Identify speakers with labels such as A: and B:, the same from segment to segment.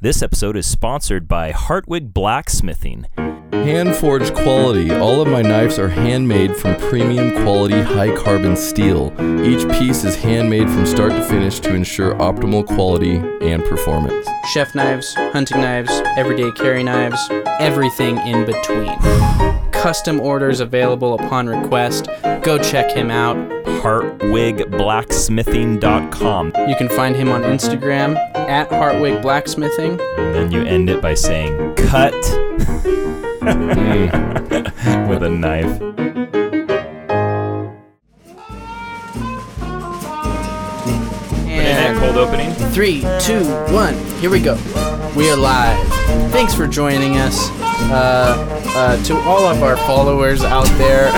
A: This episode is sponsored by Hartwig Blacksmithing.
B: Hand forged quality. All of my knives are handmade from premium quality high carbon steel. Each piece is handmade from start to finish to ensure optimal quality and performance.
C: chef knives, hunting knives, everyday carry knives, everything in between. Custom orders available upon request. Go check him out.
A: HartwigBlacksmithing.com.
C: You can find him on Instagram at Hartwig Blacksmithing.
A: And then you end it by saying, cut with a knife.
C: And
A: cold opening?
C: three, two, one, here we go. We are live. Thanks for joining us. Uh, uh, to all of our followers out there.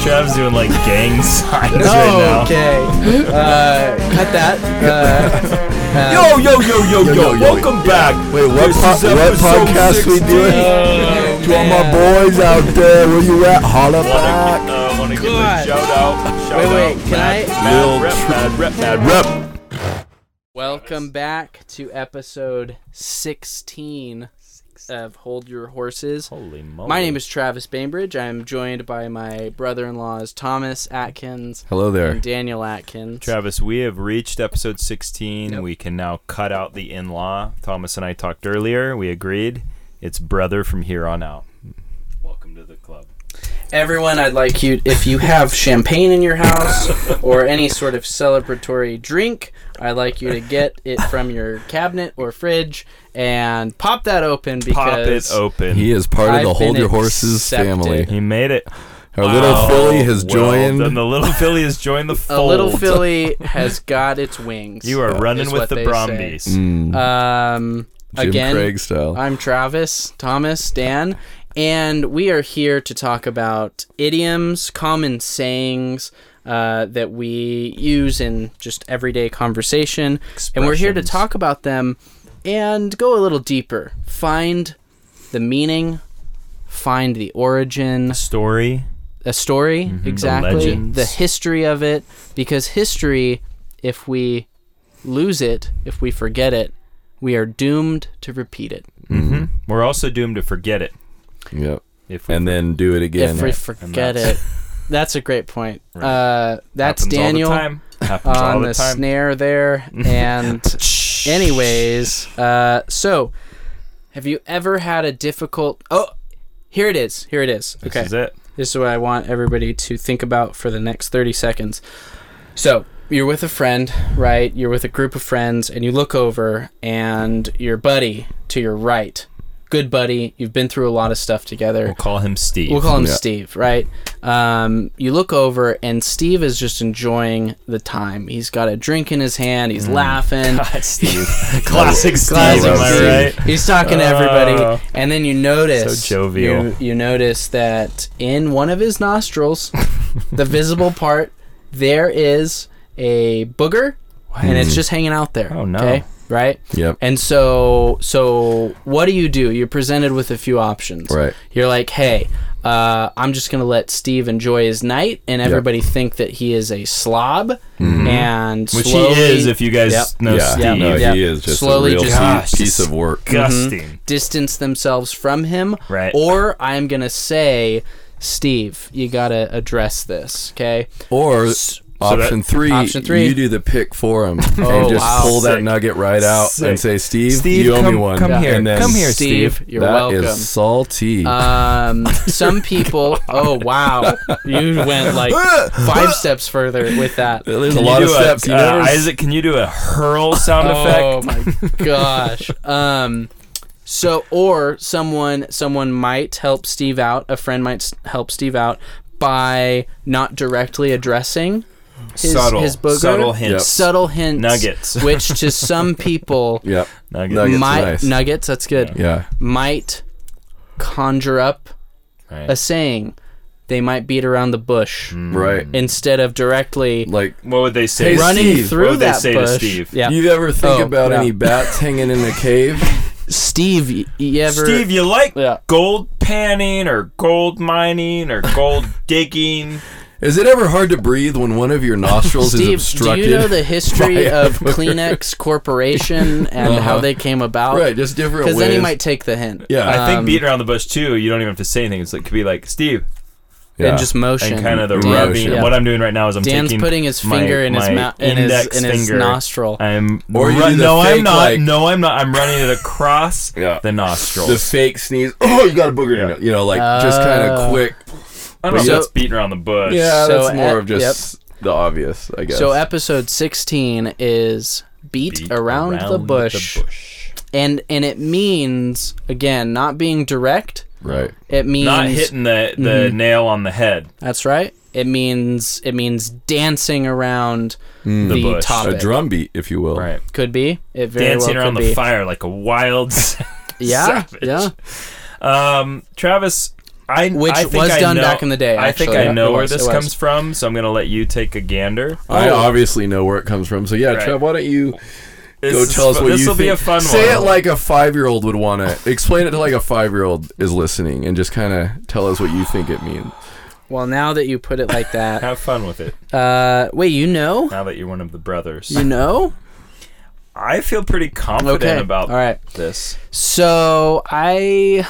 A: Trav's doing like gang signs right now.
C: okay. Uh, cut that. Uh,
A: Yo, yo, yo, yo, yo,
B: yo, yo.
A: welcome back.
B: Wait, what,
A: This
B: po-
A: is
B: what
A: episode
B: podcast we
A: 16.
B: doing? to all my boys out there, where you at? Holla
A: Wanna,
B: back.
A: uh, wanna give a
C: God.
A: shout out. Shout
C: Wait, wait,
A: out.
C: can
A: Mad-
C: I-
A: Mad
B: Lil
A: rep,
B: Tr-
A: mad rep, mad rep.
B: Rep.
C: Welcome back to episode 16 of Hold Your Horses.
A: Holy moly.
C: My name is Travis Bainbridge. I am joined by my brother in laws, Thomas Atkins
B: Hello there.
C: and Daniel Atkins.
A: Travis, we have reached episode 16. We can now cut out the in law. Thomas and I talked earlier. We agreed. It's brother from here on out. Welcome to the club.
C: Everyone, I'd like you, if you have champagne in your house or any sort of celebratory drink, I'd like you to get it from your cabinet or fridge and pop that open because.
A: Pop it open.
B: He
A: He,
B: is part of the
C: I've
B: Hold
C: been
B: Your Horses
C: accepted.
B: family.
A: made it. Oh,
B: Our little Philly has joined.
A: Then the little Philly has joined the fold.
C: A little Philly has got its wings.
A: You are running
C: is
A: with
C: what
A: the
C: they
A: Brombies.
B: Mm,
C: Um,
B: Jim
C: again,
B: Craig style.
C: I'm Travis, Thomas, Dan, and we are here to talk about idioms, common sayings uh, that we use in just everyday conversation. And we're here to
A: Expressions.
C: talk about them and go a little deeper. Find the meaning, find the origin,
A: Story.
C: a story, exactly,
A: Mm-hmm. legends.
C: the history of it, because history, if we lose it, if we forget it, we are doomed to repeat it.
B: Mm-hmm.
A: Mm-hmm. We're also doomed to forget it.
B: Yep.
A: If we
B: And then do it again.
C: if we
A: And
C: forget
A: that's-
C: it. That's a great point.
A: Right.
C: Uh, that's
A: happens
C: Daniel
A: All the time. Happens all
C: on
A: the
C: the
A: time.
C: snare there. And anyways, uh, so have you ever had a difficult? Oh, here it is. Here it is.
A: This
C: Okay,
A: is it.
C: this is what I want everybody to think about for the next thirty seconds. So you're with a friend, right? You're with a group of friends, and you look over, and your buddy to your right, good buddy. You've been through a lot of stuff together.
A: We'll call him Steve.
C: We'll call him
B: Yeah.
C: Steve, right? Um, you look over, and Steve is just enjoying the time. He's got a drink in his hand.
A: Mm.
C: He's laughing.
A: God, Steve. Classic Steve.
C: Classic
A: am I
C: Steve.
A: right?
C: He's talking to
A: Oh.
C: everybody, and then you notice
A: So jovial.
C: You, you notice that in one of his nostrils, the visible part, there is a booger, and it's just hanging out there.
A: Oh, no.
C: Right.
B: Yep.
C: And so, so what do you do? You're presented with a few options.
B: Right.
C: You're like, hey, uh, I'm just gonna let Steve enjoy his night, and everybody think that he is a slob, and
A: Which
C: slowly,
A: he is, if you guys
C: Yep.
A: know
B: yeah,
A: Steve.
B: no,
C: Yeah.
B: he is just
C: Slowly
B: a real
C: just-
B: piece-
A: Gosh,
B: piece of work.
A: Disgusting.
C: Mm-hmm. distance themselves from him,
A: Right.
C: Or I'm gonna say, Steve, you gotta address this, okay?
B: Or option,
A: that-
B: three,
C: Option three.
B: you do the pick for him
C: Oh,
B: and just
C: wow.
B: pull that
A: Sick.
B: nugget right out and
A: Sick.
B: say, Steve,
A: Steve,
B: you owe
A: come-
B: me one.
A: come
B: And
A: here.
B: then-
A: Come here,
C: Steve. Steve. You're
B: That is
C: welcome.
B: salty.
C: Um, some people. Oh wow, you went like five steps further with that.
B: There's a
A: Can
B: lot
A: you
B: of
A: do
B: steps.
A: A,
B: you never
A: uh, Isaac, can you do a hurl sound
C: Oh
A: effect?
C: my gosh. Um, so or someone someone might help Steve out. A friend might s- help Steve out by not directly addressing his
A: subtle,
C: his booger.
A: subtle hints.
C: Subtle hints.
A: Nuggets.
C: which to some people
B: Yep.
A: Nuggets.
B: Nuggets.
C: might
B: nice.
C: nuggets. That's good.
B: Yeah.
C: Might conjure up
A: Right.
C: a saying. They might beat around the bush
A: Mm.
B: Right.
C: instead of directly
B: Like,
A: What would they say?
B: Hey,
A: to
C: running
B: Steve,
C: through
A: what would they
C: that
A: say to
C: bush.
A: Steve?
C: Yeah,
B: you ever think
C: Oh,
B: about
C: yeah.
B: any bats hanging in a cave?
C: Steve. y- You ever?
A: Steve, you like
C: Yeah.
A: gold panning or gold mining or gold digging?
B: Is it ever hard to breathe when one of your nostrils is
C: Steve, do
B: obstructed?
C: you know the history
B: by a
C: of
B: hooker?
C: Kleenex Corporation and how they came about?
B: right, just different ways.
C: Because then you might take the hint.
B: Yeah.
A: I think
C: Um,
A: beating around the bush too. You don't even have to say anything. It's like could be like Steve
B: yeah.
C: And just motion.
A: and kind of the
B: Dan-
A: rubbing.
B: yeah. oh,
A: What I'm doing right now is I'm
C: Dan's
A: taking
C: putting his
A: my-
C: finger in his
A: my
C: mouth, in his,
A: index
C: in his
A: finger.
C: nostril.
A: I'm
B: Or you
A: run-
B: do the
A: no,
B: fake,
A: I'm not.
B: like-
A: no, I'm not. I'm running it across
B: Yeah.
A: the nostrils.
B: the fake sneeze. Oh, you got a booger in
A: Yeah.
B: it. You know, like just kind of
C: Oh.
B: quick.
A: I don't know if
C: So-
A: that's beating around the bush.
B: Yeah,
C: So
A: e-
B: that's more
C: at-
B: of just the obvious, I guess.
C: So episode 16 is beat,
A: Beat
C: around, the, bush,
A: bush.
C: and and it means again not being direct.
B: right.
C: It means mm-hmm.
A: Not hitting the, the nail on the head.
C: That's right. It means it means dancing around
A: The
C: the,
A: bush.
B: A
C: topic.
B: drum beat, if you will.
A: Right.
C: could be it very
A: Dancing
C: well
A: around
C: could
A: the
C: be.
A: fire like a wild. s-
C: yeah,
A: savage.
C: yeah.
A: um, Travis, I
C: Which
A: I think
C: was
A: I
C: done
A: know-
C: back in the day,
A: I think
C: actually.
A: I know
C: It
A: where
C: was,
A: this
C: it was.
A: comes from, so I'm gonna let you take a gander.
B: I
C: Oh.
B: obviously know where it comes from. So yeah,
A: Right.
B: Trev, why don't you
A: This
B: go
A: is
B: tell us
A: fu-
B: what you
A: This will be a
B: think?
A: fun
B: Say
A: one.
B: it like a five-year-old would want to. Explain it to like a five-year-old is listening, and just kind of tell us what you think it means.
C: Well, now that you put it like that,
A: Have fun with it.
C: uh, wait, you know,
A: Now that you're one of the brothers,
C: you know.
A: I feel pretty confident
C: Okay.
A: about
C: All right.
A: this.
C: So I,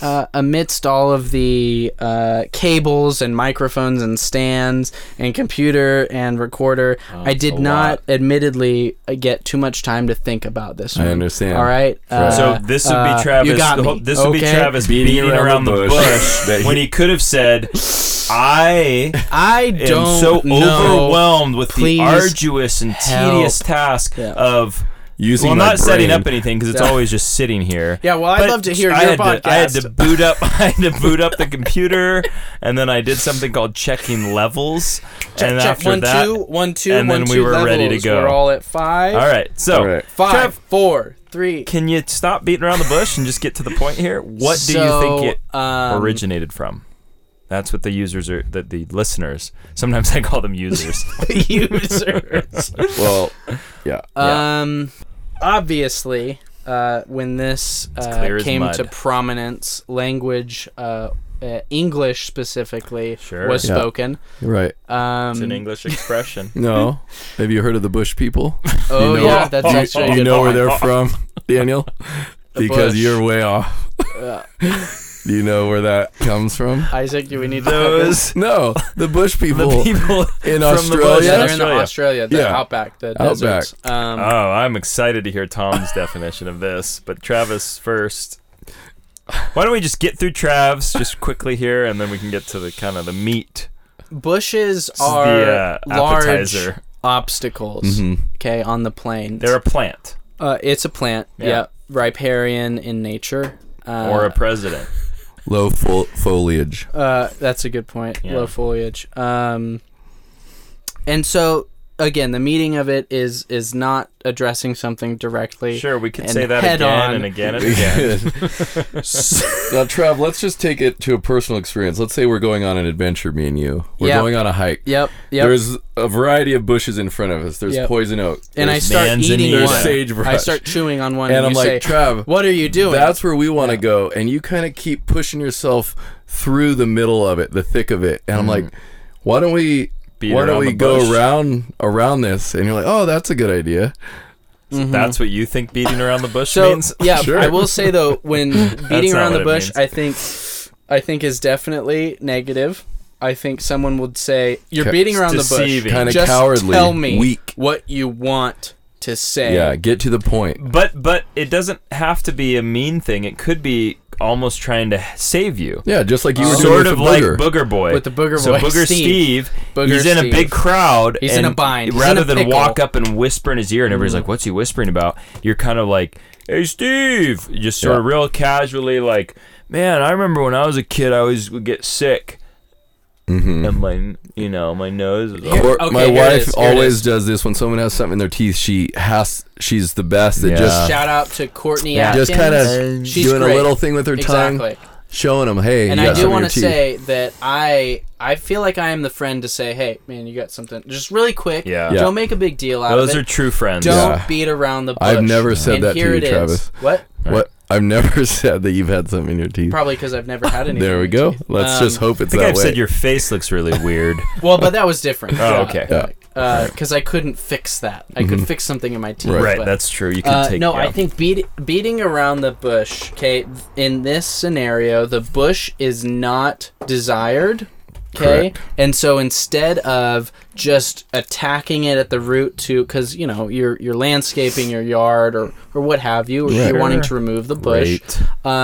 C: uh, amidst all of the uh, cables and microphones and stands and computer and recorder, I
A: Oh, a
C: did
A: lot.
C: not, admittedly, uh, get too much time to think about this.
B: I
C: one.
B: understand.
C: All right.
B: Right.
A: So this would
C: uh,
A: be Travis.
C: You got
A: the
C: me.
A: whole- This would be
C: okay?
A: Travis beating, around, the bush,
B: that he-
A: when he could have said, "I
C: I
A: am
C: don't
A: so
C: know.
A: overwhelmed with
C: Please
A: the arduous and
C: help."
A: tedious task
C: Yeah.
A: of
B: Using
A: well,
B: my
A: not setting
B: brain.
A: up anything because it's
C: Yeah.
A: always just sitting here."
C: Yeah, well, I'd
A: But
C: love to hear
A: I
C: your
A: had
C: podcast.
A: To, I had to boot up. I had to boot up the computer, and then I did something called checking levels.
C: check,
A: and
C: check,
A: after
C: one,
A: that,
C: two, one, two,
A: and
C: one,
A: then we
C: two
A: were ready to
C: levels.
A: go.
C: We're all at five.
A: all right. So,
B: All right.
C: Five,
A: Trav-
C: four, three.
A: can you stop beating around the bush and just get to the point here? What do you think it
C: So, um,
A: originated from? That's what the users are, the, the listeners. Sometimes I call them users.
C: users.
B: Well, yeah.
A: Uh,
C: Um, obviously, uh, when this
A: clear
C: uh,
A: as
C: came
A: mud.
C: to prominence, language, uh, uh, English specifically,
A: Sure.
C: was
B: Yeah.
C: spoken.
B: You're right.
C: Um,
A: it's an English expression.
B: No. Have you heard of the Bush people?
C: Oh
B: You know-
C: yeah, that's actually a
B: Do you
C: good
B: know where
C: point.
B: they're from, Daniel? Because
C: Bush.
B: you're way off. Do you know where that comes from?
C: Uh, Isaac, do we need to
A: Those
B: No, the Bush
A: the
B: people
A: people
B: in
A: from the bush
C: Oh, Yeah,
B: Australia.
C: they're in the Australia, the
B: Yeah.
C: outback, the
B: Outback.
C: deserts. Um,
A: Oh, I'm excited to hear Tom's definition of this, but Travis first. Why don't we just get through Trav's just quickly here, and then we can get to the kind of the meat.
C: bushes
A: is the,
C: are
A: uh,
C: large
A: appetizer. Mm-hmm.
C: obstacles.
B: Mm-hmm.
C: Okay, on the plains.
A: They're a plant
C: uh, it's a plant.
A: Yeah.
C: Yeah, riparian in nature. Uh,
A: or a president.
B: Low fo- foliage.
C: Uh, that's a good point.
A: Yeah.
C: Low foliage. Um, and so again, the meaning of it is is not addressing something directly.
A: Sure, we could
C: and
A: say that
C: head
A: again
C: on.
A: and again and again.
B: now, Trev, let's just take it to a personal experience. Let's say we're going on an adventure, me and you. We're
C: Yeah.
B: going on a hike.
C: Yep. Yep.
B: There's a variety of bushes in front of us. There's
C: Yep.
B: poison oak.
C: and I
B: there's-
C: start
A: man's in
C: eating
A: the
C: one.
A: air.
B: Sagebrush.
C: I start chewing on one,
B: and
C: and,
B: I'm
C: you
B: like,
C: say,
B: Trev,
C: "What are you doing?"
B: That's where we want to go. And you kind of keep pushing yourself through the middle of it, the thick of it. And I'm like, why don't we
A: Beat
B: why don't
A: around
B: we
A: the
B: go
A: bush.
B: around around this? And you're like, oh, that's a good idea.
A: That's what you think beating around the bush
C: so
A: means?
C: yeah.
B: Sure.
C: I will say though, when
A: That's
C: beating
A: not
C: around
A: what
C: the
A: it
C: bush,
A: means.
C: I think, I think is definitely negative. I think someone would say you're
B: Okay.
C: beating around
A: Deceiving.
C: the bush.
B: Kind of
C: Just
B: cowardly,
C: tell me
B: weak.
C: what you want to say.
B: Yeah, get to the point.
A: But but it doesn't have to be a mean thing. It could be almost trying to save you.
B: Yeah, just like you were doing
A: sort
B: with
A: of
B: the
A: like
B: booger.
A: Booger Boy.
C: Oh. With the Booger
A: so
C: Boy,
A: Booger Steve,
C: Steve. Booger
A: he's in a
C: Steve.
A: big crowd.
C: He's in
A: and
C: a bind. He's
A: rather
C: in a
A: than
C: pickle. Mm.
A: walk up and whisper in his ear, and everybody's like, "What's he whispering about?" You're kind of like, "Hey, Steve," just sort of
B: Yeah.
A: real casually, like, "Man, I remember when I was a kid, I always would get sick,
B: Mm-hmm.
A: and my, you know, my nose is all."
B: Or
C: Okay,
B: my
C: here it
B: wife
C: is, here it
B: always
C: is.
B: does this when someone has something in their teeth. She has she's the best at
A: Yeah.
B: just
C: Shout out to Courtney
B: uh, just kind of
C: Atkins. She's
B: doing
C: great.
B: a little thing with her tongue,
C: exactly.
B: showing them, hey,
C: And
B: you
C: I
B: got
C: do
B: something in
C: want
B: your
C: to
B: teeth.
C: say that I I feel like I am the friend to say, hey man, you got something just really quick.
A: Yeah.
B: Yeah.
C: Don't make a big deal out
A: Those
C: of
A: are
C: it.
A: true friends.
C: Don't
B: Yeah.
C: beat around the bush.
B: I've never said
C: and
B: that to
C: here
B: you,
C: it is.
B: Travis.
C: What?
B: What I've never said that you've had something in your teeth.
C: Probably because I've never had any. Um,
B: There we go. Let's just hope it's
A: I think
B: that
A: I've
B: way.
A: said your face looks really weird.
C: Well, but that was different.
A: Oh, okay.
C: Because I couldn't fix that. I
B: Mm-hmm.
C: could fix something in my teeth.
A: right,
C: but-
A: that's true. You can
C: Uh,
A: take
C: no,
A: yeah.
C: I think beat, beating around the bush. Okay, in this scenario, the bush is not desired. Okay,
B: Correct.
C: and so instead of just attacking it at the root to, because you know you're you're landscaping your yard or or what have you, or
B: Right.
C: you're wanting to remove the bush,
A: Right.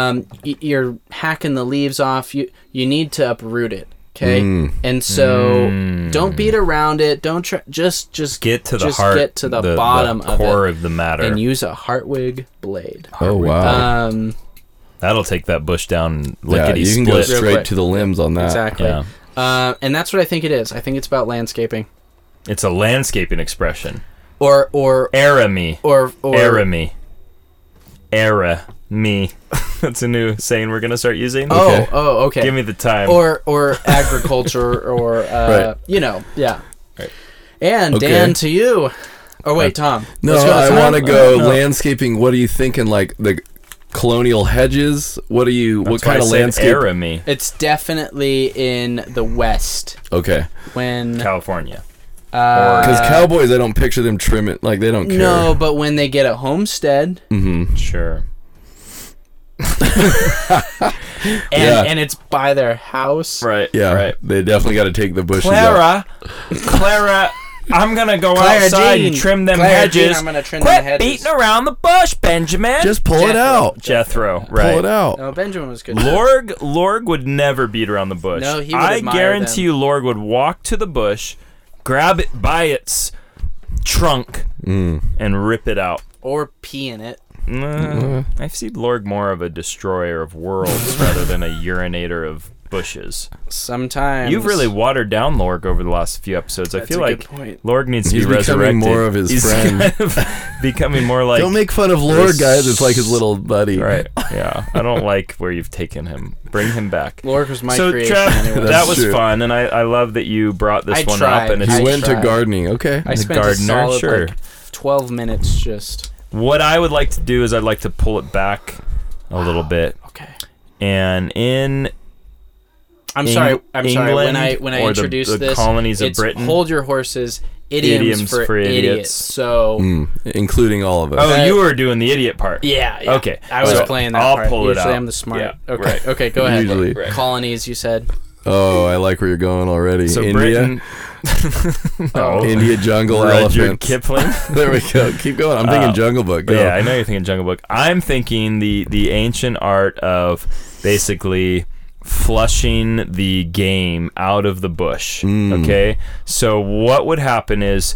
C: um, y- you're hacking the leaves off. You you need to uproot it. Okay,
A: Mm.
C: and so don't beat around it. Don't try. Just just
A: Get to the
C: just
A: heart.
C: Get to the, bottom of it
A: core of, the matter.
C: and use a Hartwig blade.
B: Oh wow!
A: Uh,
C: Um,
A: That'll take that bush down
B: yeah,
A: lickety
B: you can go
A: split.
C: Real
B: straight
C: quick.
B: to the limbs on that.
C: exactly.
A: yeah.
C: Uh, and that's what I think it is. I think it's about landscaping,
A: It's a landscaping expression.
C: or or
A: Aramy.
C: or or
A: Aramy. Era me. That's a new saying we're gonna start using.
C: oh
B: Okay.
C: oh okay.
A: Give me the time.
C: or or agriculture or uh,
B: Right.
C: you know yeah.
A: Right.
C: And
B: Okay. Uh,
C: Dan to you. Or wait, Tom.
B: No,
C: Let's go
B: I
C: Tom.
B: want to go
A: No.
B: landscaping. What are you thinking? Like the colonial hedges? What are you? what
A: That's why
B: kind
A: I
B: of
A: said
B: landscape?
A: Aramy,
C: It's definitely in the West
B: Okay,
C: when
A: California.
C: uh,
B: because cowboys, I don't picture them trimming. Like they don't care.
C: no, but when they get a homestead,
B: Mm.
A: Sure.
C: and,
B: Yeah.
C: and it's by their house.
A: Right.
B: Yeah,
A: Right.
B: they definitely got to take the bushes out.
A: Clara, Clara, I'm gonna go
C: Clara
A: outside
C: Jean.
A: and trim them
C: Clara
A: hedges.
C: Jean, I'm gonna trim
A: Quit
C: them hedges.
A: beating around the bush, Benjamin.
B: Just pull it
C: Jethro.
B: out.
A: Jethro,
B: Pull
A: right?
B: it out.
C: No, Benjamin was good.
A: Lorg, Lorg would never beat around the bush.
C: No, he would
A: I
C: admire
A: guarantee you, Lorg would walk to the bush, grab it by its trunk,
B: Mm.
A: and rip it out.
C: or pee in it.
A: Mm, I've seen Lorg more of a destroyer of worlds rather than a urinator of bushes.
C: Sometimes
A: You've really watered down Lorg over the last few episodes. I
C: That's
A: feel
C: a
A: like
C: good point.
A: Lorg needs to
B: He's
A: be
B: becoming
A: resurrected.
B: more of his
A: He's
B: friend.
A: kind of becoming more like.
B: Don't make fun of Lord, guys. It's like his little buddy.
A: right. Yeah. I don't like where you've taken him. Bring him back.
C: Lork was my
A: so,
C: creation.
A: Trev,
C: anyway.
A: that
B: That's
A: was
B: true.
A: fun, and I, I love that you brought this
C: I
A: one
C: tried.
A: up. And it's
B: He
C: I
B: went
C: tried.
B: to gardening. Okay.
C: I spent
A: gardener,
C: a solid
A: sure.
C: like twelve minutes just.
A: what I would like to do is I'd like to pull it back a little bit,
C: Okay.
A: and in
C: I'm
A: Eng-
C: sorry. I'm sorry. When
A: England
C: I when I
A: or the-
C: introduced
A: the
C: this,
A: colonies of
C: it's
A: Britain?
C: hold your horses. Idioms,
A: Idioms
C: for,
A: for
C: idiots.
A: idiots.
C: So
B: Mm, including all of us.
A: oh,
C: Uh,
A: you were doing the idiot part.
C: yeah, yeah.
A: Okay,
C: I was
A: so
C: playing that
A: I'll
C: part.
A: pull it
C: Usually
A: out.
C: I'm the smart.
A: Yeah,
C: okay.
A: right.
C: Okay. Go ahead.
B: Usually.
A: Right.
C: Colonies. You said.
B: Oh, I like where you're going already.
A: So
B: India,
A: Britain,
C: Oh.
B: India jungle
A: Rudyard
B: elephants.
A: Kipling.
B: there we go. Keep going. I'm thinking
A: Uh,
B: Jungle Book. Go.
A: But yeah, I know you're thinking Jungle Book. I'm thinking the the ancient art of basically flushing the game out of the bush.
B: Mm.
A: Okay, so what would happen is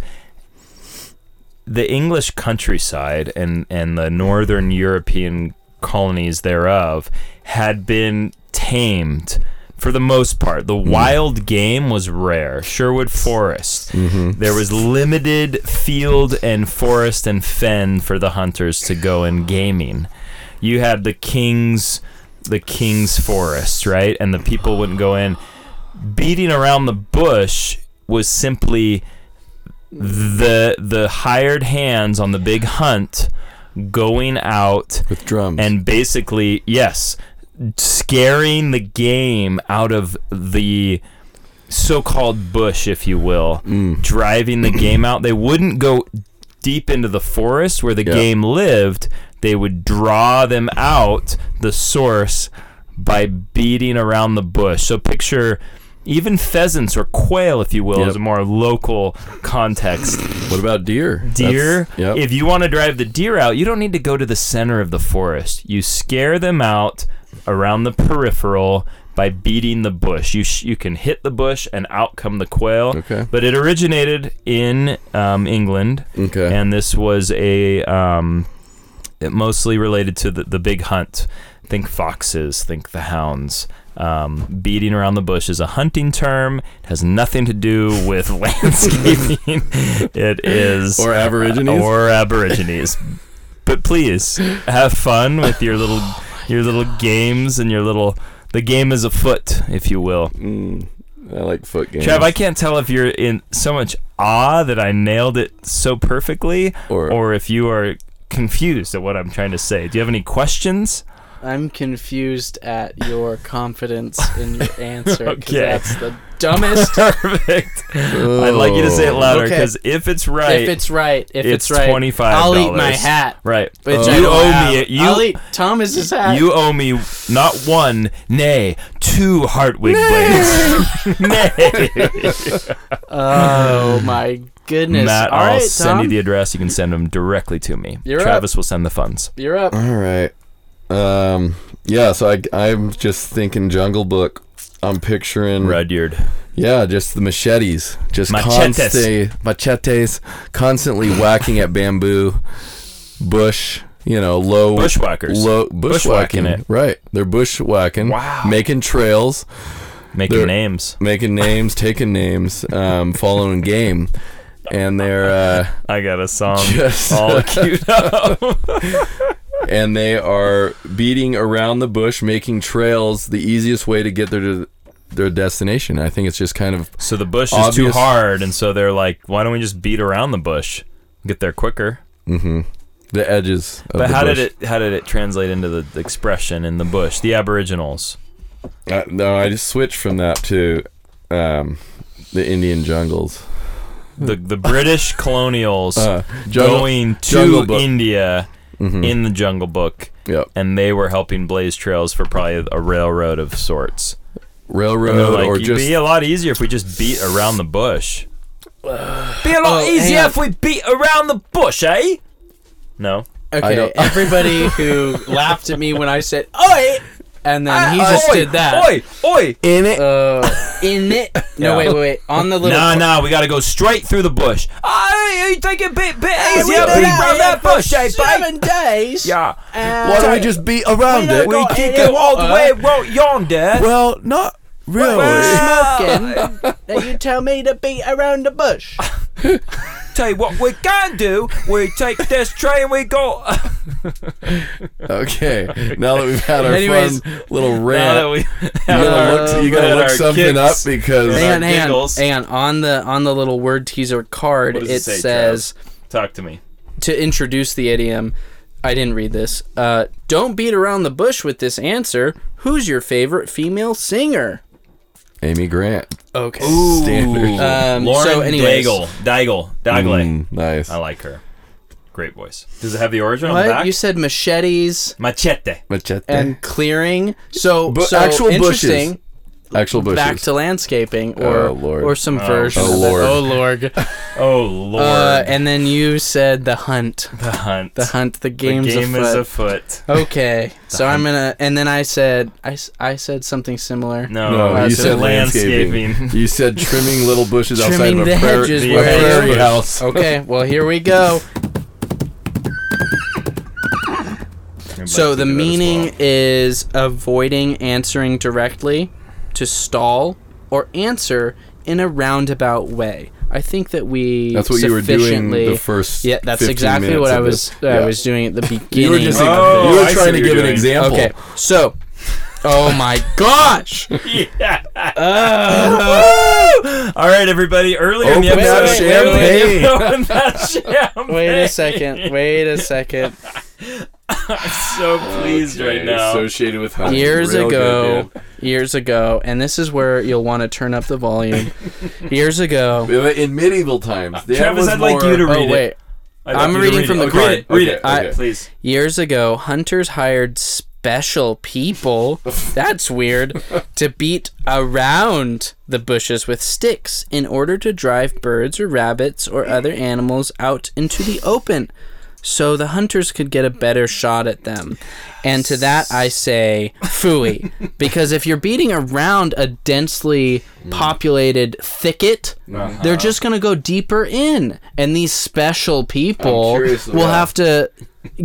A: the English countryside and and the northern European colonies thereof had been tamed. For the most part, the wild game was rare. Sherwood Forest. There was limited field and forest and fen for the hunters to go and gaming. You had the king's the king's forest, right? And the people wouldn't go in. Beating around the bush was simply the the hired hands on the big hunt going out
B: With drums.
A: and basically yes scaring the game out of the so-called bush if you will
B: Mm.
A: driving the game out they wouldn't go deep into the forest where the
B: Yeah.
A: game lived they would draw them out the source by beating around the bush so picture even pheasants or quail if you will
B: Yep.
A: is a more local context
B: what about deer?
A: deer.
B: That's- Yep.
A: If you want to drive the deer out, you don't need to go to the center of the forest. You scare them out around the peripheral by beating the bush. You sh- you can hit the bush and out come the quail.
B: Okay.
A: But it originated in um, England,
B: okay.
A: and this was a um, it mostly related to the, the big hunt. Think foxes, think the hounds. Um, beating around the bush is a hunting term. It has nothing to do with landscaping. it is
B: or aborigines.
A: or aborigines. but please have fun with your little your little games and your little the game is afoot, if you will.
B: Mm, I like foot games.
A: Trav, I can't tell if you're in so much awe that I nailed it so perfectly,
B: Or-
A: or, if you are confused at what I'm trying to say. Do you have any questions?
C: I'm confused at your confidence in your answer. 'cause
A: Okay.
C: That's the dumbest.
A: Perfect. I'd like you to say it
B: Oh.
A: louder
C: Okay.
A: because if it's right,
C: If it's right, if
A: it's
C: it's, right,
A: $25.
C: I'll eat my hat.
A: right,
C: Which I
A: you
C: don't
A: owe
C: have.
A: me it. You
C: I'll eat Thomas's hat.
A: You owe me not one, nay, two Hartwig blades. nay.
C: oh my goodness!
A: Matt,
C: All
A: I'll
C: right,
A: send you
C: Tom.
A: the address. You can send them directly to me.
C: You're
A: Travis will send the funds.
C: You're up.
B: All right. Um. Yeah. So I I'm just thinking Jungle Book. I'm picturing
A: Rudyard.
B: Yeah, just the machetes, just
A: Machetes.
B: constantly machetes, constantly whacking at bamboo, bush. You know, low
A: Bushwhackers.
B: low
A: Bushwhacking
B: bushwhacking.
A: it.
B: Right, they're bushwhacking.
A: Wow.
B: making trails,
A: Making
B: They're-
A: names.
B: making names, taking names, um, following game, and they're uh,
A: I got a song
B: Just-
A: all queued up.
B: and they are beating around the bush, making trails. The easiest way to get their to their destination. I think it's just kind of
A: so the bush is too
B: Obvious.
A: hard, and so they're like, why don't we just beat around the bush? Get there quicker.
B: the edges. Of
A: But
B: the
A: how
B: bush.
A: did it how did it translate into the expression in the bush? The Aboriginals.
B: Uh, no, I just switched from that to um, the Indian jungles.
A: The the British colonials
B: Hmm. Uh, jungle-
A: going to
B: Jungle Book. Mm-hmm.
A: India in the Jungle Book,
B: Yep.
A: and they were helping blaze trails for probably a railroad of sorts. And they're
B: Railroad
A: like,
B: Uh, or
A: it'd be
B: just
A: a lot easier if we just beat around the bush. be a
C: lot Oh, easier hang on. if
A: we beat around the bush, eh? No.
C: Okay,
B: don't-
C: everybody who laughed at me when I said
B: Oh,
C: "Oi," and then he just did that.
A: Ah, Oi, oi.
B: in it.
C: Uh, in it. No,
A: Yeah.
C: wait, wait, wait. On the little.
A: Nah, nah, we gotta go straight through the bush. I you take it bit, bit easier,
C: been
A: beat
C: out
A: around
C: here
A: that
C: for
A: bush, eh, babe?
C: Seven days.
A: Yeah.
C: and-
B: Why don't we just be around it?
A: We
C: got
A: can
C: any-
A: go all the
C: uh,
A: way round yonder.
B: Well, not really.
C: smoking. Now you tell me to beat around the bush.
A: Tell you what we can do, we take this train we got.
B: okay. Now that we've had our
C: Anyways,
B: fun little
A: Now
B: rant,
A: that we
B: you
A: our-
B: gotta look, you gotta
A: that
B: look
A: our
B: something
A: kicks-
B: up because
A: Man,
C: Hang on,
A: our
C: hang on,
A: giggles.
C: hang on. On the on the little word teaser card,
A: What
C: it,
A: does it say,
C: says
A: Talk to me.
C: to introduce the idiom. I didn't read this. Uh, don't beat around the bush with this answer. Who's your favorite female singer?
B: Amy Grant.
C: Okay.
B: Standard.
C: Um,
A: Lauren
C: so anyways-
A: Daigle. Daigle. Dagle.
B: Mm, nice.
A: I like her. Great voice. Does it have the origin on the
C: What
A: back?
C: you said? Machetes
A: Machete.
B: Machete.
C: and clearing. So,
B: Bu-
C: so
B: actual bushes.
C: interesting.
B: Actual bushes.
C: Back to landscaping or
B: Oh, Lord.
C: or some
A: Oh,
C: version.
A: oh,
C: of that.
B: Lord.
C: Oh lord.
A: Oh lord.
C: Uh, and then you said the hunt.
A: the hunt.
C: The hunt. The
A: The
C: game's
A: game
C: afoot.
A: is afoot.
C: Okay, so I'm gonna, and then I said, I, s- I said something similar.
A: No,
B: no,
A: I
B: you
C: so
B: said
A: landscaping.
B: landscaping. you said trimming little bushes
C: Trimming
B: outside
C: the
B: of a, prair-
C: hedges
B: a
A: where they
B: prairie
A: are.
B: house.
C: Okay, well here we go.
A: Everybody
C: so
A: did
C: the
A: that as
C: meaning
A: well.
C: is avoiding answering directly, to stall or answer in a roundabout way. I think that we
B: That's what you were doing
C: sufficiently-
B: the first.
C: Yeah, that's
B: 15
C: exactly
B: minutes
C: what I
B: of
C: was
B: this.
C: I
B: Yeah.
C: was doing at the beginning.
B: You were just
A: Oh,
B: you
A: I
B: were
A: see
B: trying to
A: what
B: give
A: you're
B: an
A: doing.
B: example.
C: okay, so oh my gosh!
A: Yeah.
C: Uh,
A: All right, everybody. Earlier in the
B: Open
A: episode,
C: that
A: wait, wait,
B: champagne.
A: wait, open that champagne.
C: wait a second! Wait a second!
A: So pleased right now.
B: Associated with
C: years ago years ago and this is where you'll want to turn up the volume years ago
B: in medieval times, there
A: Travis,
B: was
A: I'd like
B: more-
A: you to read
C: oh
A: it.
C: wait
A: I'd like
C: I'm
A: you to
C: reading
A: read
C: from
A: it.
C: the
A: Oh,
C: card.
A: Read it, read it,
B: Okay, okay.
A: please.
C: years ago hunters hired special people that's weird to beat around the bushes with sticks in order to drive birds or rabbits or other animals out into the open so the hunters could get a better shot at them. And to that I say, fooey. because if you're beating around a densely
B: Mm.
C: populated thicket,
B: Uh-huh.
C: they're just going to go deeper in. And these special people
B: I'm
C: will
B: curious about-
C: have to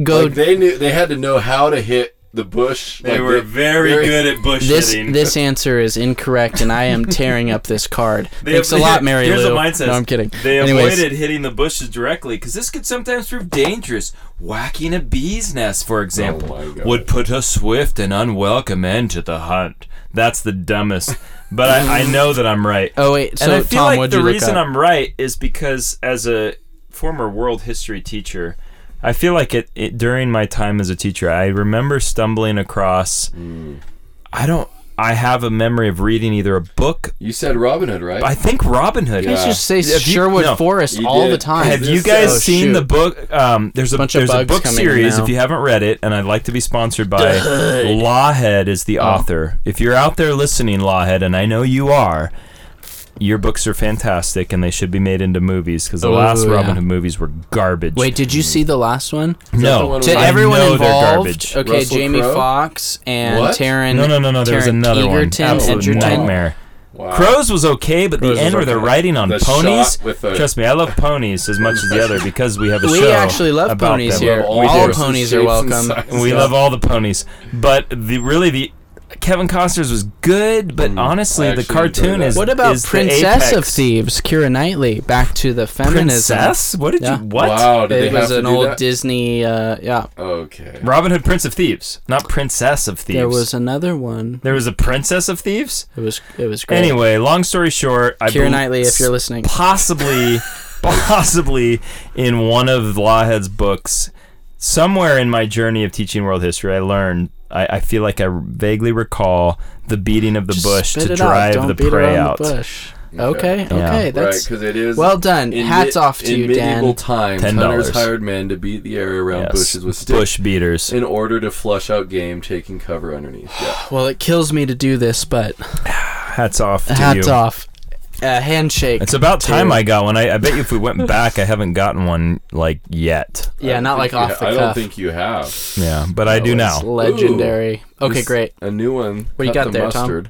C: go.
B: Like, they knew they had to know how to hit the bush.
A: They were very, good at bush
C: this
A: hitting.
C: this answer is incorrect, and I am tearing up this card.
A: They
C: Thanks a
A: avoid-
C: lot, Mary
A: Here's
C: Lou.
A: what mine says.
C: No, I'm kidding.
A: They
C: Anyways,
A: avoided hitting the bushes directly because this could sometimes prove dangerous. Whacking a bee's nest, for example,
B: Oh my God.
A: would put a swift and unwelcome end to the hunt. That's the dumbest. But I, I know that I'm right.
C: Oh wait, so
A: and I feel
C: Tom,
A: like
C: what'd
A: the
C: you look
A: reason
C: up?
A: I'm right is because as a former world history teacher, I feel like it, it during my time as a teacher, I remember stumbling across.
B: Mm.
A: I don't. I have a memory of reading either a book.
B: You said Robin Hood, right?
A: I think Robin Hood.
B: Yeah.
C: guys just say
A: Have you-
C: Sherwood
A: no.
C: Forest
B: You
C: all
B: did.
C: the time.
A: Have you
B: This-
A: guys
C: oh,
A: seen
C: shoot.
A: the book? Um, there's a
C: Bunch of
A: there's a
C: bugs
A: book
C: coming
A: series.
C: now.
A: If you haven't read it, and I'd like to be sponsored by Lawhead is
C: Oh.
A: the author. If you're out there listening, Lawhead, and I know you are, your books are fantastic, and they should be made into movies because the
C: Ooh,
A: last
C: yeah.
A: Robin Hood movies were garbage.
C: Wait, did you see the last one?
B: the
A: no,
B: one
C: To
B: I
C: everyone
A: know they're
C: involved,
A: garbage.
C: okay,
B: Russell
C: Jamie
B: Crowe?
C: Fox and
B: What?
C: Taryn.
A: No, no, no, no. There was
C: Taryn
A: another
C: Egerton,
A: one. Absolute
C: Edgerton.
A: nightmare.
B: Wow.
A: Crows was okay, but
B: Uh, Crows
A: the
B: was
A: end where they're
B: okay.
A: riding on
B: The
A: ponies.
B: shot with the-
A: Trust me, I love ponies as much as the other because we have a
C: We
A: show.
C: actually love
A: about
C: ponies
A: them.
C: here.
B: Love
C: All
B: sorts of
C: ponies are
B: shapes
C: welcome.
B: and sizes.
A: We
B: Yeah.
A: love all the ponies, but the really the Kevin Costner's was good, but honestly
B: I
A: the
B: Mm, actually
A: cartoon
B: enjoyed
A: is
B: that.
C: What about
A: is the
C: Princess of
A: apex.
C: Thieves, Kira Knightley? Back to the feminism.
A: Princess? What did
C: Yeah.
A: you what?
B: Wow, did
C: it
B: they have
C: was
B: to
C: an
B: do
C: old
B: that?
C: Disney. Uh, yeah,
B: okay.
A: Robin Hood, Prince of Thieves, not Princess of Thieves.
C: there was another one.
A: There was a Princess of Thieves.
C: It was it was great.
A: Anyway, long story short, I
C: Kira
A: bel-
C: Knightley, if you're listening,
A: possibly, possibly in one of Lawhead's books, somewhere in my journey of teaching world history, I learned. I, I feel like I vaguely recall the beating of the
C: Just
A: bush
C: spit
A: to
C: it out.
A: drive
C: Don't
A: the
C: beat
A: prey
C: around
A: out.
C: The bush. Okay,
A: Yeah.
C: okay,
B: Right,
C: that's
B: because it is.
C: well done.
B: in
C: Hats
B: mid-
C: off to
B: in
C: you,
B: medieval
C: Dan.
B: times,
A: $10.
B: hunters hired men to beat the air around
A: Yes,
B: bushes with sticks
A: bush beaters.
B: in order to flush out game taking cover underneath. Yeah.
C: Well, it kills me to do this, but
A: Hats off to
C: hats
A: you.
C: off. A handshake.
A: It's about time
C: to-
A: I got one. I, I bet you if we went back, I haven't gotten one like yet.
B: I
C: yeah,
B: don't
C: not like
B: think you
C: off
B: ha-
C: the
B: I don't
C: cuff.
B: think you have.
A: Yeah, but I do
C: It's
A: now.
C: legendary. okay,
B: This-
C: great.
B: A new one.
C: What you
B: Cut the
C: got there, Tom?
B: mustard.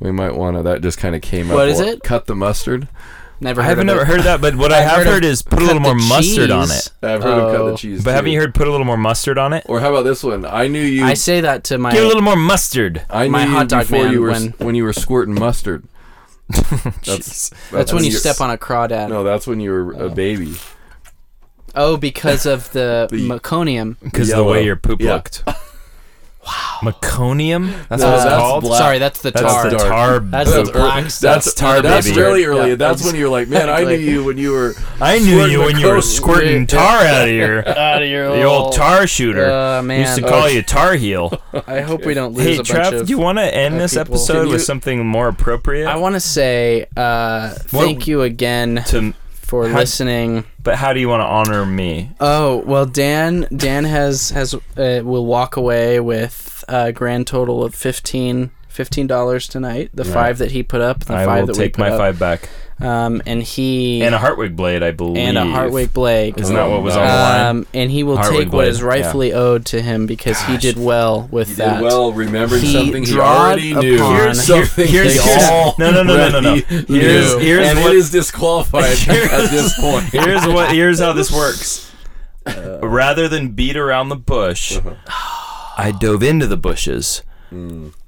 B: We might want to. That just kind of came up.
C: What is
B: a lot.
C: it?
B: Cut the mustard.
C: Never
A: I
C: heard
A: haven't
C: of
A: never
C: it.
A: heard of that, but what I
C: I've
A: have
C: heard of
A: heard is put a
C: Cut
A: little more
C: the
A: mustard on
C: cheese.
A: it.
B: I've heard of cut the
C: Oh.
B: cheese.
A: But haven't
B: too.
A: you heard put a little more mustard on it?
B: Or how about this one? I knew you.
C: I say that to my
A: Give it a little more mustard.
B: I knew
C: my
B: you
C: hot dog
B: before
C: man
B: you were
C: when-
B: s- when you were squirting mustard.
A: That's
C: That's when you
B: your-
C: step on a crawdad.
B: No, that's when you were a baby.
C: Oh, because of the,
B: The-
C: meconium.
A: because of the
B: Yellow.
A: way your poop
B: Yeah.
A: looked. wow. Meconium? That's
B: No,
A: what it's
B: that's
A: called?
B: black.
C: Uh, Sorry, that's the
A: That's
C: tar.
A: the
B: dark.
A: tar.
C: That's
A: poop.
C: the black stuff.
A: That's tar,
B: That's
A: baby.
B: really early.
C: Yeah,
B: that's
C: that's-
B: when you were like, man, I knew
C: Exactly.
B: you when you were.
A: I knew
B: squirting
A: you when you were
B: meconium.
A: squirting tar out of your
C: Out of your
A: the old tar shooter.
C: Oh. Uh, man,
A: Used to
B: Oh,
A: call you Tar Heel.
C: I hope we don't lose
A: hey,
C: a bunch
A: Trav,
C: of.
A: do you want to end
C: uh,
A: this
C: people.
A: episode
C: Can
A: with
C: you-
A: something more appropriate?
C: I want to say uh, thank you again
A: to,
C: for
A: How-
C: listening.
A: but how do you want to honor me?
C: Oh well, Dan. Dan has has uh, will walk away with a grand total of fifteen. Fifteen dollars tonight. The
A: Right.
C: five that he put up, the
A: I
C: five
A: will
C: that
A: take
C: we put
A: my
C: up,
A: five back
C: um, and he
A: and a Hartwig blade, I believe.
C: and a Hartwig Blake.
A: Isn't that what was on the line?
C: Um, and he will
A: Hartwig
C: take what
A: Blade,
C: is rightfully owed to him because he did well with
B: You
C: that.
B: did well remembering
C: He
B: something he
C: drawed
B: already knew.
C: upon-
A: Here's,
C: Here-
B: something
A: here's,
B: they
A: here's-
B: all
A: no, no, no, no, no, no.
B: already
A: Here's,
B: knew.
A: here's
B: and
A: what
B: it is disqualified at this point.
A: here's what here's how this works. Rather than beat around the bush, I dove into the bushes.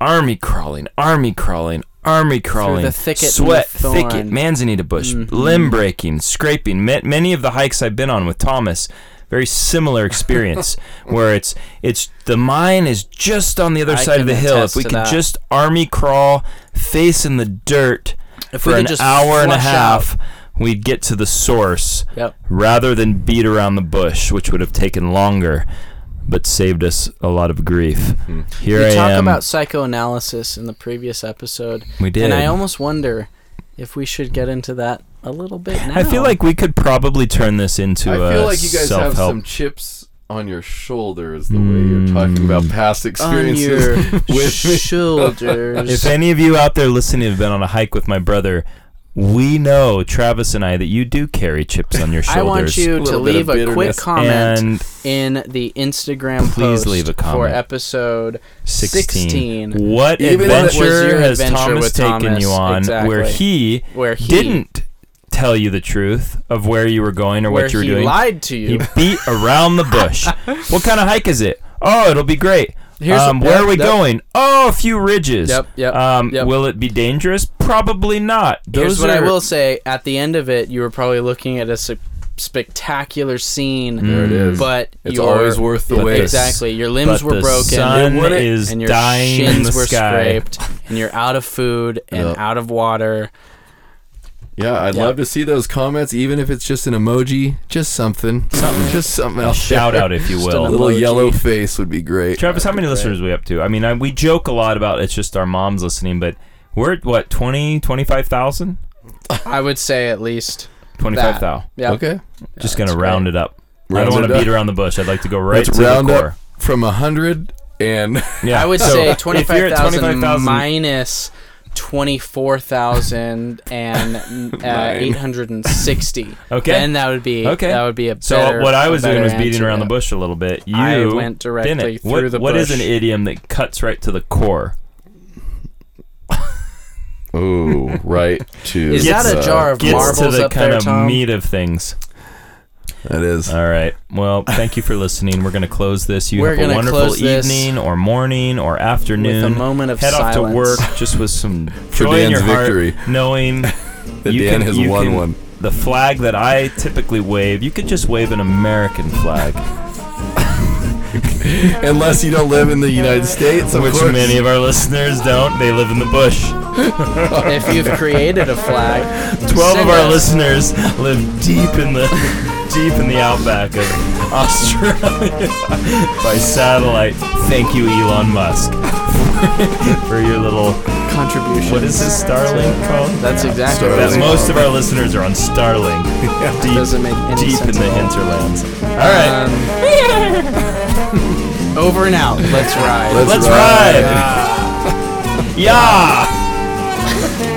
A: Army crawling, army crawling, army crawling.
C: thicket and
A: sweat,
C: the thorn. Mm-hmm.
A: thicket, manzanita bush, limb breaking, scraping. Ma- many of the hikes I've been on with Thomas, very similar experience where it's it's the mine is just on the other
C: I
A: side of
C: can
A: the hill. If
C: attest
A: we
C: to
A: could
C: that.
A: just army crawl, face in the dirt
C: If
A: for
C: we could
A: an
C: just
A: hour and a
C: flush
A: half, we'd get to the source
C: Yep.
A: rather than beat around the bush, which would have taken longer, but saved us a lot of grief.
B: Hmm.
A: Here
C: we
A: I
C: talked
A: am.
C: about psychoanalysis in the previous episode,
A: we did.
C: and I almost wonder if we should get into that a little bit now.
A: I feel like we could probably turn this into
B: I
A: a
B: feel like you guys
A: uh, self-help.
B: have some chips on your shoulders the way you're
A: Mm.
B: talking about past
C: on
B: experiences.
C: your
B: with me.
C: shoulders.
A: if any of you out there listening have been on a hike with my brother, we know Travis and I that you do carry chips on your shoulders.
C: I want you to
B: Little bit
C: leave
B: of
C: a quick
B: bitterness.
C: comment
A: And
C: in the Instagram
A: Please
C: post
A: leave a
C: for
A: comment.
C: episode
A: 16.
C: 16.
A: What
B: Even if it was
A: adventure
C: your
A: has
C: adventure
A: Thomas
C: with
A: taken
C: Thomas,
A: you on where
C: exactly.
A: he
C: where he
A: didn't tell you the truth of where you were going or
C: where
A: what you were
C: he
A: doing.
C: lied to you.
A: He beat around the bush. what kind of hike is it? Oh, it'll be great.
C: Here's-
A: um, where are we
C: yep, yep.
A: going? Oh, a few ridges.
C: Yep, yep,
A: Um,
C: yep.
A: Will it be dangerous? Probably not. Those
C: Here's what I
A: are-
C: will say: at the end of it, you were probably looking at a s- spectacular scene.
A: There it
B: is.
C: But
B: It's
C: your-
B: always worth the
A: But
B: wait.
A: this-
C: Exactly, your
A: But
C: limbs were
A: the
C: broken,
A: sun
B: It wouldn't-
A: is
C: and your
A: dying
C: shins
A: in the
C: were
A: sky.
C: scraped, and you're out of food and
B: Yep.
C: out of water.
B: Yeah, I'd love to see those comments, even if it's just an emoji, just something, something, just something else.
A: Shout out if you
B: A
C: Just
A: will.
C: another-
B: little
C: Emoji.
B: yellow face would be great.
A: Travis, how many listeners we up to? I mean, I, we joke a lot about it's just our moms listening, but we're at what 20, 25,000?
C: I would say at least
A: 25,000.
C: yeah.
B: Okay,
A: Just
C: that's
A: going to round it up. I
B: Round
A: don't want
B: it
A: to
B: up.
A: beat around the bush. I'd like to go right
B: Let's
A: to
B: round
A: the
B: up.
A: core.
B: from a hundred and
A: Yeah.
C: I would
A: so
C: say
A: if you're at
C: 25,000
A: 25,000
C: minus 24,000 and uh, 860.
A: Okay.
C: Then that would be
A: Okay.
C: that would be a
A: So
C: better,
A: what I was
C: a
A: doing
C: better
A: was beating
C: answer.
A: around the bush a little bit. You
C: I went directly
A: didn't.
C: through
A: what,
C: the
A: What is
C: bush.
A: an idiom that cuts right to the core?
B: oh, right to uh,
C: Is
A: Gets-
C: that a jar of
A: Gets to
C: marbles
A: the
C: up
A: kind
C: there,
A: of
C: Tom?
A: meat of things.
B: That is.
A: All right. Well, thank you for listening. We're going to close this. You
C: We're
A: have a
C: gonna
A: wonderful
C: close this
A: evening or morning or
C: With a
A: afternoon.
C: moment of
A: Head
C: silence.
A: off to work just with some
B: For
A: joy in
B: Dan's
A: your heart,
B: victory.
A: knowing
B: That
A: you
B: Dan
A: can-
B: has
A: you
B: won
A: can-
B: one.
A: the flag that I typically wave. You could just wave an American flag,
B: Unless you don't live in the United States, of
A: which
B: course.
A: many of our listeners don't. They live in the bush.
C: if you've created a flag,
A: 12 of
C: send
A: our
C: us-
A: listeners live deep in the deep in the outback of Australia by satellite. Thank you Elon Musk for your little
C: contribution.
A: what is this Starlink called?
C: That's exactly
B: Starlink.
C: what
A: That
C: it
A: most of our listeners are on Starlink. deep
C: Doesn't make any
A: deep
C: sense
A: in the
C: at all.
A: hinterlands. All right.
C: Um, over and out. Let's ride.
B: Let's
A: let's
B: ride.
A: ride. Yeah.